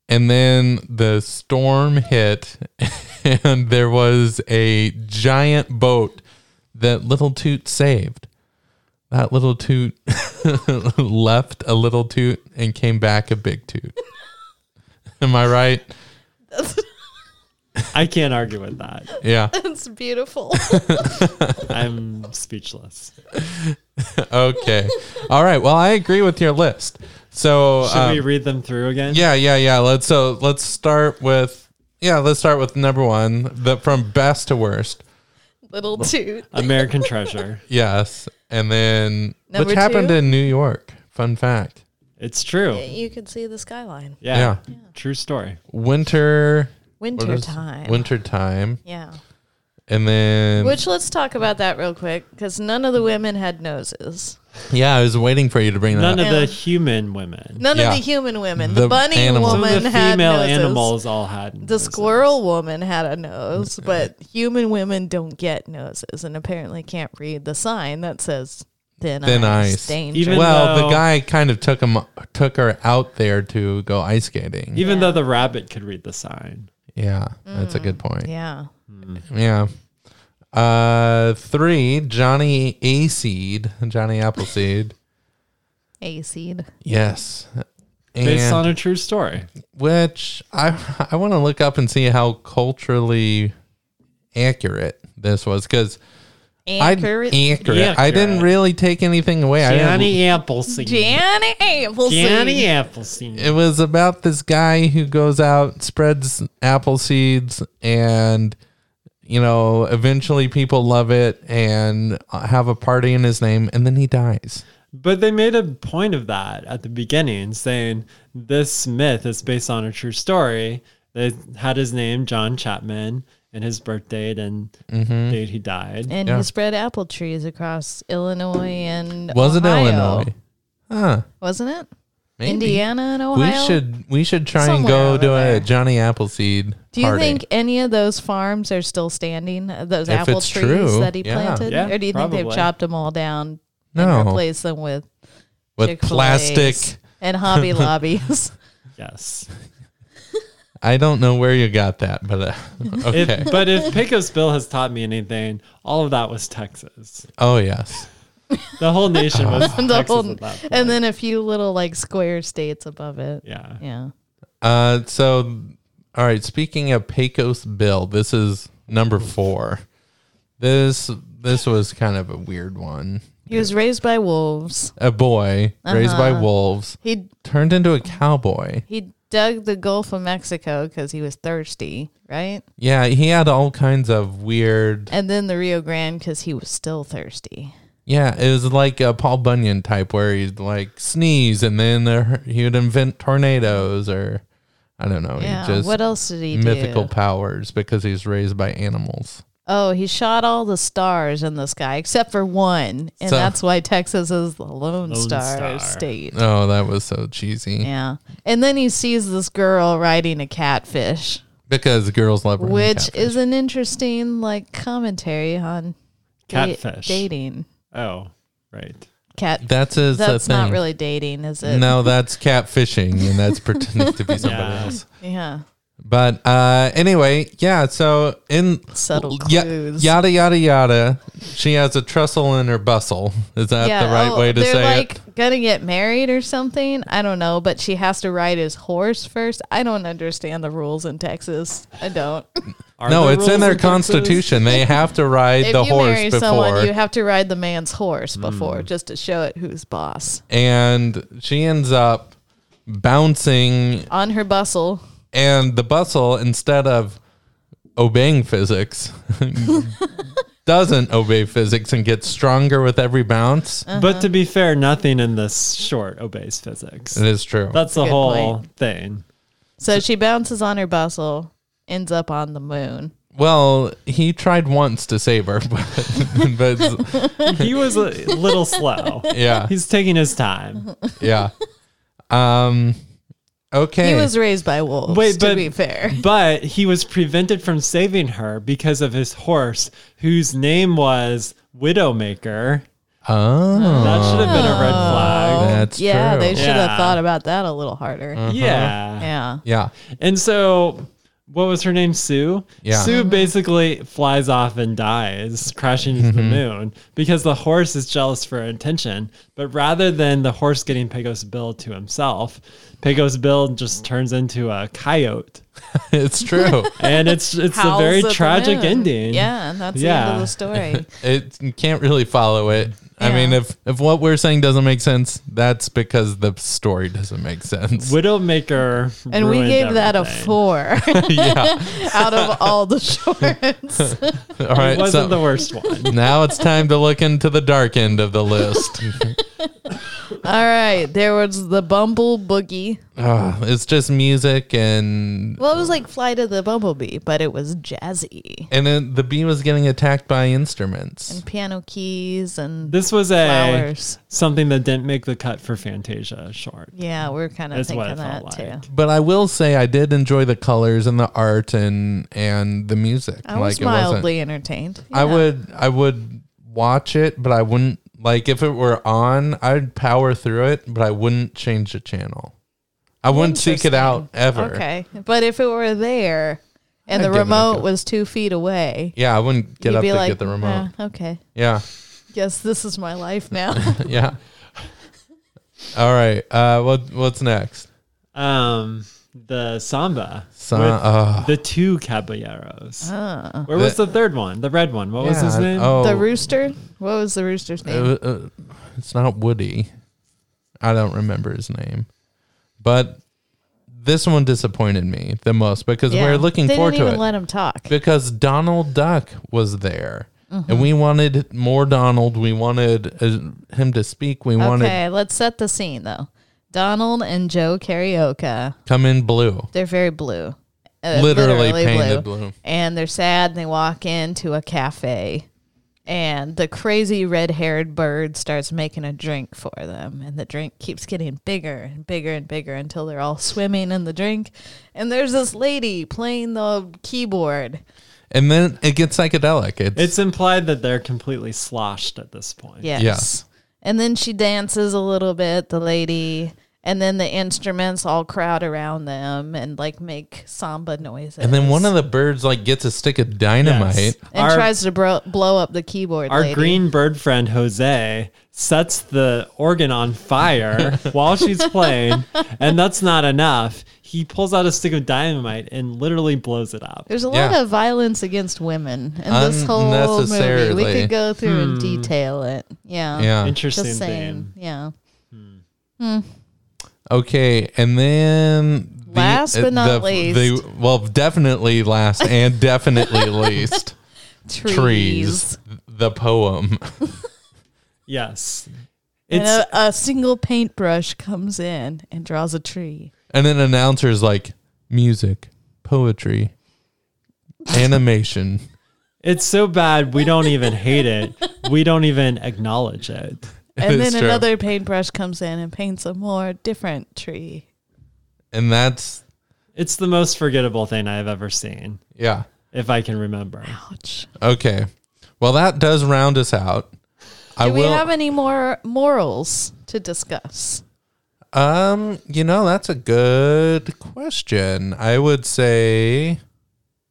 Speaker 9: and then the storm hit, [laughs] and there was a giant boat that little toot saved. That little toot [laughs] left a little toot and came back a big toot. [laughs] Am I right?
Speaker 6: I can't argue with that.
Speaker 9: Yeah.
Speaker 5: It's beautiful. [laughs]
Speaker 6: I'm speechless.
Speaker 9: Okay. All right. Well, I agree with your list. So
Speaker 6: Should
Speaker 9: um,
Speaker 6: we read them through again?
Speaker 9: Yeah, yeah, yeah. Let's so let's start with yeah, let's start with number one, the from best to worst.
Speaker 5: little toot.
Speaker 9: uh,
Speaker 6: American Treasure.
Speaker 9: Yes, and then
Speaker 5: Number
Speaker 9: which happened
Speaker 5: two?
Speaker 9: in New York. Fun fact.
Speaker 6: It's true.
Speaker 5: You can see the skyline.
Speaker 6: Yeah.
Speaker 9: Yeah.
Speaker 6: True story.
Speaker 9: Winter What is-
Speaker 5: Wintertime.
Speaker 9: Winter time.
Speaker 5: yeah.
Speaker 9: And then
Speaker 5: Which let's talk about that real quick because none of the women had noses.
Speaker 9: yeah, I was waiting for you to bring that
Speaker 6: None
Speaker 9: up.
Speaker 6: of the human women.
Speaker 5: None
Speaker 9: Yeah.
Speaker 5: of the human women. The,
Speaker 9: The
Speaker 5: bunny
Speaker 9: animals. Some
Speaker 6: Some
Speaker 5: woman
Speaker 6: of the
Speaker 5: had
Speaker 6: female
Speaker 5: noses.
Speaker 6: animals all had.
Speaker 5: The
Speaker 6: noses.
Speaker 5: squirrel woman had a nose, but human women don't get noses and apparently can't read the sign that says thin,
Speaker 9: Thin
Speaker 5: ice,
Speaker 9: ice.
Speaker 5: danger.
Speaker 6: Even
Speaker 9: well, the
Speaker 6: though-
Speaker 9: guy kind of took him took her out there to go ice skating.
Speaker 6: Even though the rabbit could read the sign.
Speaker 9: Yeah, that's a good point.
Speaker 5: Mm, yeah.
Speaker 9: Yeah. Uh, three Johnny A Seed, Johnny Appleseed.
Speaker 5: A seed.
Speaker 9: yes.
Speaker 6: Based
Speaker 9: And-
Speaker 6: on a true story.
Speaker 9: which I [laughs] I want to look up and see how culturally accurate this was because I
Speaker 5: Accurate.
Speaker 9: accurate. I didn't
Speaker 6: Accurate.
Speaker 9: really take anything away. I didn't,
Speaker 6: Johnny Appleseed.
Speaker 5: Johnny Appleseed.
Speaker 6: Johnny Appleseed.
Speaker 9: it was about this guy who goes out, spreads apple seeds, and you know, eventually people love it and have a party in his name, and then he dies.
Speaker 6: But they made a point of that at the beginning, saying this myth is based on a true story. They had his name, John Chapman, and his birth date and
Speaker 9: Mm-hmm.
Speaker 6: date he died.
Speaker 5: And
Speaker 9: Yeah.
Speaker 5: he spread apple trees across Illinois and
Speaker 9: Was it
Speaker 5: Ohio,
Speaker 9: Illinois? Huh?
Speaker 5: Wasn't it?
Speaker 9: Maybe.
Speaker 5: Indiana and
Speaker 9: We
Speaker 5: Ohio.
Speaker 9: should we should try and
Speaker 5: Somewhere
Speaker 9: go
Speaker 5: over
Speaker 9: to a
Speaker 5: there.
Speaker 9: Johnny Appleseed.
Speaker 5: Do you
Speaker 9: party.
Speaker 5: think any of those farms are still standing? uh, Those
Speaker 9: If
Speaker 5: apple
Speaker 9: it's
Speaker 5: trees
Speaker 9: true,
Speaker 5: that he
Speaker 9: yeah.
Speaker 5: planted,
Speaker 6: Yeah,
Speaker 5: or do you think they've
Speaker 6: probably.
Speaker 5: chopped them all down and
Speaker 9: No.
Speaker 5: replaced them with
Speaker 9: with
Speaker 5: Chick-fil-A's
Speaker 9: plastic?
Speaker 5: and
Speaker 9: [laughs]
Speaker 5: Hobby Lobbies?
Speaker 6: Yes.
Speaker 9: I don't know where you got that, but uh,
Speaker 5: [laughs]
Speaker 6: If,
Speaker 9: okay.
Speaker 6: But if Pecos Bill has taught me anything, all of that was Texas.
Speaker 9: oh yes,
Speaker 6: The whole nation
Speaker 9: [laughs]
Speaker 6: was
Speaker 5: The
Speaker 6: Texas
Speaker 5: whole-
Speaker 6: at that point.
Speaker 5: and then a few little like square states above it.
Speaker 6: yeah.
Speaker 5: Yeah.
Speaker 9: Uh, so, all right. Speaking of Pecos Bill, this is number four. This this was kind of a weird one.
Speaker 5: He was raised by wolves.
Speaker 9: A boy raised
Speaker 5: Uh-huh.
Speaker 9: by wolves
Speaker 5: He
Speaker 9: turned into a cowboy.
Speaker 5: he dug the Gulf of Mexico because he was thirsty, right?
Speaker 9: Yeah, he had all kinds of weird.
Speaker 5: And then the Rio Grande because he was still thirsty.
Speaker 9: Yeah, it was like a Paul Bunyan type where he'd like sneeze and then there, he would invent tornadoes or I don't know.
Speaker 5: Yeah.
Speaker 9: he just
Speaker 5: what else did he
Speaker 9: mythical
Speaker 5: do?
Speaker 9: powers because he's raised by animals.
Speaker 5: Oh, he shot all the stars in the sky except for one, and
Speaker 9: So-
Speaker 5: that's why Texas is the Lone, Star,
Speaker 6: Star.
Speaker 5: State.
Speaker 9: Oh, that was so cheesy.
Speaker 5: Yeah, and then he sees this girl riding a catfish,
Speaker 9: Because girls love running
Speaker 5: which
Speaker 9: catfish.
Speaker 5: is an interesting like commentary on da-
Speaker 6: Catfish.
Speaker 5: dating.
Speaker 6: Oh, right.
Speaker 5: Cat.
Speaker 9: That's a,
Speaker 5: that's
Speaker 9: a thing.
Speaker 5: not really dating, is it?
Speaker 9: No, that's catfishing, and
Speaker 5: [laughs]
Speaker 9: that's pretending to be somebody
Speaker 6: Yeah.
Speaker 9: else.
Speaker 5: Yeah.
Speaker 9: But uh, anyway, yeah. So in
Speaker 5: Subtle
Speaker 9: ya-
Speaker 5: clues.
Speaker 9: yada yada yada, she has a trestle in her bustle. Is that
Speaker 5: yeah.
Speaker 9: the right
Speaker 5: oh,
Speaker 9: way to
Speaker 5: they're
Speaker 9: say
Speaker 5: like
Speaker 9: it?
Speaker 5: gonna get married or something. I don't know, but she has to ride his horse first. I don't understand the rules in Texas. I
Speaker 9: [laughs]
Speaker 5: don't.
Speaker 6: Are
Speaker 9: No,
Speaker 6: there
Speaker 9: it's in
Speaker 6: rules
Speaker 9: their
Speaker 6: Texas?
Speaker 9: constitution. They have to ride
Speaker 5: if
Speaker 9: the
Speaker 5: you
Speaker 9: horse
Speaker 5: marry
Speaker 9: before. Hmm.
Speaker 5: someone, you have to ride the man's horse before just to show it who's boss.
Speaker 9: and she ends up bouncing
Speaker 5: On her bustle,
Speaker 9: and the bustle instead of
Speaker 5: [laughs]
Speaker 9: obeying physics doesn't obey physics and gets stronger with every bounce
Speaker 5: Uh.
Speaker 6: But
Speaker 5: Uh-huh.
Speaker 6: to be fair, nothing in this short obeys physics.
Speaker 9: it is true
Speaker 6: That's the
Speaker 5: Good
Speaker 6: whole
Speaker 5: point. [laughs]
Speaker 6: thing.
Speaker 5: so she bounces on her bustle, ends up on the moon.
Speaker 9: well he tried once to save her [laughs] but, but
Speaker 6: He was a little slow.
Speaker 9: yeah
Speaker 6: He's taking his time.
Speaker 5: [laughs]
Speaker 9: yeah um okay
Speaker 5: He was raised by wolves.
Speaker 6: Wait,
Speaker 5: to
Speaker 6: but-
Speaker 5: be fair,
Speaker 6: But he was prevented from saving her because of his horse, whose name was Widowmaker.
Speaker 9: oh
Speaker 6: That should have been a red flag.
Speaker 5: [laughs]
Speaker 9: that's
Speaker 5: yeah,
Speaker 9: true Mm.
Speaker 5: they should have
Speaker 6: Yeah.
Speaker 5: thought about that a little harder.
Speaker 6: Yeah.
Speaker 5: Yeah,
Speaker 9: yeah [laughs]
Speaker 6: And so, what was her name? Sue?
Speaker 9: Yeah.
Speaker 6: Sue
Speaker 5: Mm-hmm.
Speaker 6: basically flies off and dies, crashing into the
Speaker 9: Mm-hmm.
Speaker 6: moon because the horse is jealous for her attention. But rather than the horse getting Pecos Bill to himself, Pecos Bill just turns into a coyote.
Speaker 9: it's true
Speaker 6: And
Speaker 5: [laughs]
Speaker 6: it's it's a
Speaker 5: Howls
Speaker 6: very
Speaker 5: at the
Speaker 6: tragic
Speaker 5: moon.
Speaker 6: ending.
Speaker 5: Yeah, and that's the end
Speaker 6: Yeah.
Speaker 5: of the
Speaker 6: [laughs]
Speaker 5: story.
Speaker 9: [laughs] it you can't really follow it I
Speaker 5: Yeah.
Speaker 9: mean, if, if what we're saying doesn't make sense, that's because the story doesn't make sense. [laughs]
Speaker 6: Widowmaker.
Speaker 5: And we
Speaker 6: ruined
Speaker 5: gave that a
Speaker 6: everything. [laughs]
Speaker 5: four
Speaker 9: yeah.
Speaker 5: [laughs] out of all the shorts.
Speaker 6: [laughs]
Speaker 9: All right.
Speaker 6: It wasn't
Speaker 5: [laughs]
Speaker 9: so-
Speaker 6: the worst one. [laughs]
Speaker 9: now it's time to look into the dark end of the list.
Speaker 5: All right, there was the Bumble Boogie.
Speaker 9: Ah, it's just music and
Speaker 5: Well, it was like Fly to the Bumblebee, but it was jazzy
Speaker 9: and then the bee was getting attacked by instruments.
Speaker 5: and piano keys and
Speaker 6: This was a
Speaker 5: flowers.
Speaker 6: something that didn't make the cut for Fantasia short.
Speaker 5: Yeah, we're kind of
Speaker 6: That's what
Speaker 5: thinking
Speaker 6: it
Speaker 5: that
Speaker 6: felt like.
Speaker 5: too.
Speaker 9: But I will say I did enjoy the colors and the art and and the music.
Speaker 5: I was
Speaker 9: it wasn't-
Speaker 5: mildly entertained.
Speaker 9: I
Speaker 5: Yeah.
Speaker 9: would I would watch it, but I wouldn't like if it were on, I'd power through it, but I wouldn't change the channel. I wouldn't seek it out ever.
Speaker 5: Okay, but if it were there and
Speaker 9: I'd
Speaker 5: the
Speaker 9: give it a
Speaker 5: remote
Speaker 9: go.
Speaker 5: was two feet away,
Speaker 9: Yeah, I wouldn't get
Speaker 5: you'd
Speaker 9: up
Speaker 5: be
Speaker 9: to
Speaker 5: like,
Speaker 9: get the remote.
Speaker 5: "Eh, okay,
Speaker 9: Yeah.
Speaker 5: guess this is my life
Speaker 9: [laughs]
Speaker 5: now.
Speaker 9: Yeah. All right. Uh what what's next?
Speaker 6: Um, the samba
Speaker 9: Sa-
Speaker 6: with
Speaker 9: uh,
Speaker 6: the two caballeros.
Speaker 5: Uh,
Speaker 6: Where was the third one? The red one. What was his
Speaker 9: yeah,
Speaker 6: name?
Speaker 9: Oh,
Speaker 5: The rooster. What was the rooster's
Speaker 9: uh,
Speaker 5: name?
Speaker 9: uh, it's not Woody. I don't remember his name. But this one disappointed me the most because we
Speaker 5: Yeah.
Speaker 9: we're looking
Speaker 5: they
Speaker 9: forward
Speaker 5: didn't
Speaker 9: to
Speaker 5: even
Speaker 9: it.
Speaker 5: let him talk.
Speaker 9: because Donald Duck was there, and
Speaker 5: Mm-hmm.
Speaker 9: we wanted more Donald. We wanted uh, him to speak. We wanted
Speaker 5: Okay, let's set the scene though. Donald and Joe Carioca.
Speaker 9: come in blue.
Speaker 5: They're very blue. Uh,
Speaker 9: Literally painted blue.
Speaker 5: And they're sad and they walk into a cafe and the crazy red haired bird starts making a drink for them and the drink keeps getting bigger and bigger and bigger until they're all swimming in the drink. And there's this lady playing the keyboard.
Speaker 9: and then it gets psychedelic. It's,
Speaker 6: It's implied that they're completely sloshed at this point.
Speaker 5: Yes. And then she dances a little bit, the lady, and then the instruments all crowd around them and like make samba noises.
Speaker 9: and then one of the birds like gets a stick of dynamite.
Speaker 6: Yes.
Speaker 5: and
Speaker 6: Our-
Speaker 5: tries to bro- blow up the keyboard.
Speaker 6: Our
Speaker 5: lady.
Speaker 6: green bird friend Jose sets the organ on
Speaker 9: [laughs]
Speaker 6: fire while she's playing, and that's not enough. He pulls out a stick of dynamite and literally blows it up.
Speaker 5: There's a lot
Speaker 9: Yeah.
Speaker 5: of violence against women in this whole movie. We
Speaker 9: Unnecessarily.
Speaker 5: could go through and detail it. Yeah.
Speaker 9: Yeah.
Speaker 6: Interesting
Speaker 5: Just saying.
Speaker 6: theme.
Speaker 5: Yeah.
Speaker 9: Okay, and then the- uh,
Speaker 5: Last but not least.
Speaker 9: the, well, definitely last
Speaker 5: [laughs]
Speaker 9: and definitely least
Speaker 5: Trees.
Speaker 9: trees. The poem. [laughs]
Speaker 6: Yes.
Speaker 5: And
Speaker 6: It's
Speaker 5: a, a single paintbrush comes in and draws a
Speaker 9: [laughs]
Speaker 5: tree.
Speaker 9: And then announcers like music,
Speaker 5: [laughs]
Speaker 9: poetry, animation.
Speaker 6: it's so bad we don't even hate it. We don't even acknowledge it.
Speaker 9: [laughs]
Speaker 5: And
Speaker 9: It's
Speaker 5: then
Speaker 9: true.
Speaker 5: another paintbrush comes in and paints a more different tree.
Speaker 9: And that's
Speaker 6: It's the most forgettable thing I've ever seen,
Speaker 9: yeah.
Speaker 6: if I can remember.
Speaker 5: Ouch.
Speaker 9: Okay. Well, that does round us out. I
Speaker 5: Do we
Speaker 9: will
Speaker 5: have any more morals to discuss?
Speaker 9: um, you know, that's a good question. I would say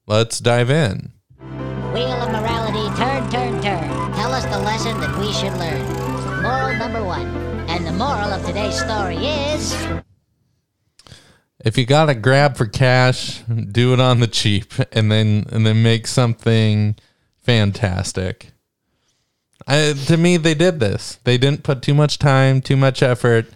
Speaker 9: let's dive in.
Speaker 7: Wheel of morality, turn, turn, turn. Tell us the lesson that we should learn. Moral number one. And the moral of today's story is.
Speaker 9: If you got to grab for cash, do it on the cheap and then and then make something fantastic. I, to me they did this. They didn't put too much time, too much effort.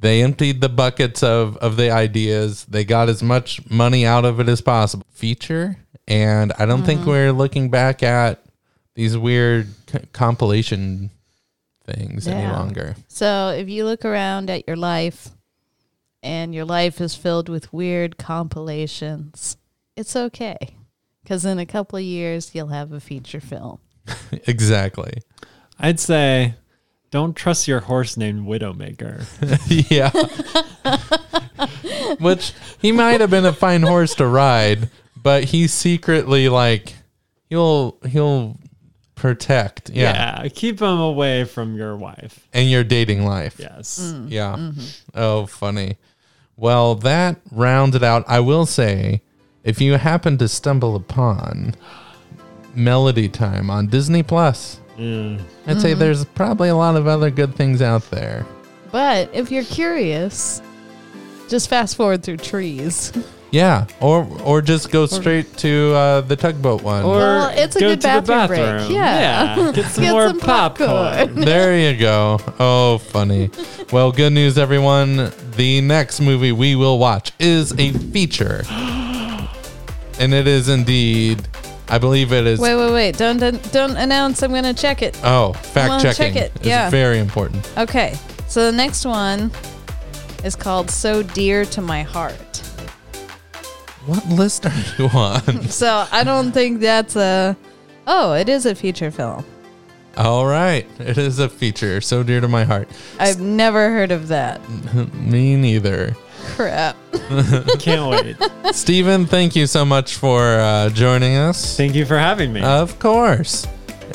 Speaker 9: They emptied the buckets of of the ideas. They got as much money out of it as possible. Feature and I don't think we're looking back at these weird c- compilation things any
Speaker 5: Yeah.
Speaker 9: longer. [laughs]
Speaker 5: So if you look around at your life and your life is filled with weird compilations, it's okay. Because in a couple of years, you'll have a feature film.
Speaker 9: exactly.
Speaker 6: I'd say don't trust your horse named Widowmaker.
Speaker 9: [laughs] yeah. Which he might have been a fine horse to ride, but he's secretly like he'll he'll protect. Yeah.
Speaker 6: Yeah. keep him away from your wife.
Speaker 9: And your dating life.
Speaker 6: Yes.
Speaker 5: Mm.
Speaker 9: Yeah. Oh, funny. Well, that rounded out. I will say, if you happen to stumble upon Melody Time on Disney Plus, I'd say there's probably a lot of other good things out there.
Speaker 5: But if you're curious, just fast forward through
Speaker 9: [laughs]
Speaker 5: trees.
Speaker 9: Yeah, or or just go straight to uh, the tugboat one.
Speaker 5: [laughs]
Speaker 6: Or
Speaker 5: Well, it's a
Speaker 6: go
Speaker 5: good
Speaker 6: to the
Speaker 5: bathroom break. Yeah.
Speaker 6: Yeah,
Speaker 5: [laughs]
Speaker 6: Get some
Speaker 5: Get
Speaker 6: more
Speaker 5: some popcorn.
Speaker 6: popcorn.
Speaker 9: there you go. Oh, funny. Well, good news, everyone. The next movie we will watch is a
Speaker 5: [gasps]
Speaker 9: feature, and it is indeed. I believe it is.
Speaker 5: Wait, wait, wait. Don't, don't, don't announce. I'm going to check it. Well,
Speaker 9: oh, fact
Speaker 5: check
Speaker 9: checking
Speaker 5: it,
Speaker 9: is
Speaker 5: yeah.
Speaker 9: very important.
Speaker 5: Okay. So So the next one is called So Dear to My Heart.
Speaker 9: What list are you [laughs] on?
Speaker 5: So I don't think that's a. Oh, it is a feature film.
Speaker 9: All right. It is a feature. So dear to my heart. [laughs]
Speaker 5: I've never heard of that. [laughs]
Speaker 9: Me neither.
Speaker 5: Crap.
Speaker 6: Can't wait.
Speaker 5: [laughs]
Speaker 9: Steven, thank you so much for uh, joining us.
Speaker 6: Thank you for having me.
Speaker 9: Of course.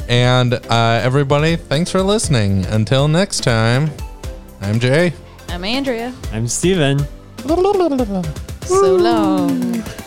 Speaker 9: And uh, everybody, thanks for listening. Until next time, I'm Jay.
Speaker 5: I'm Andrea.
Speaker 6: I'm Steven.
Speaker 5: So long.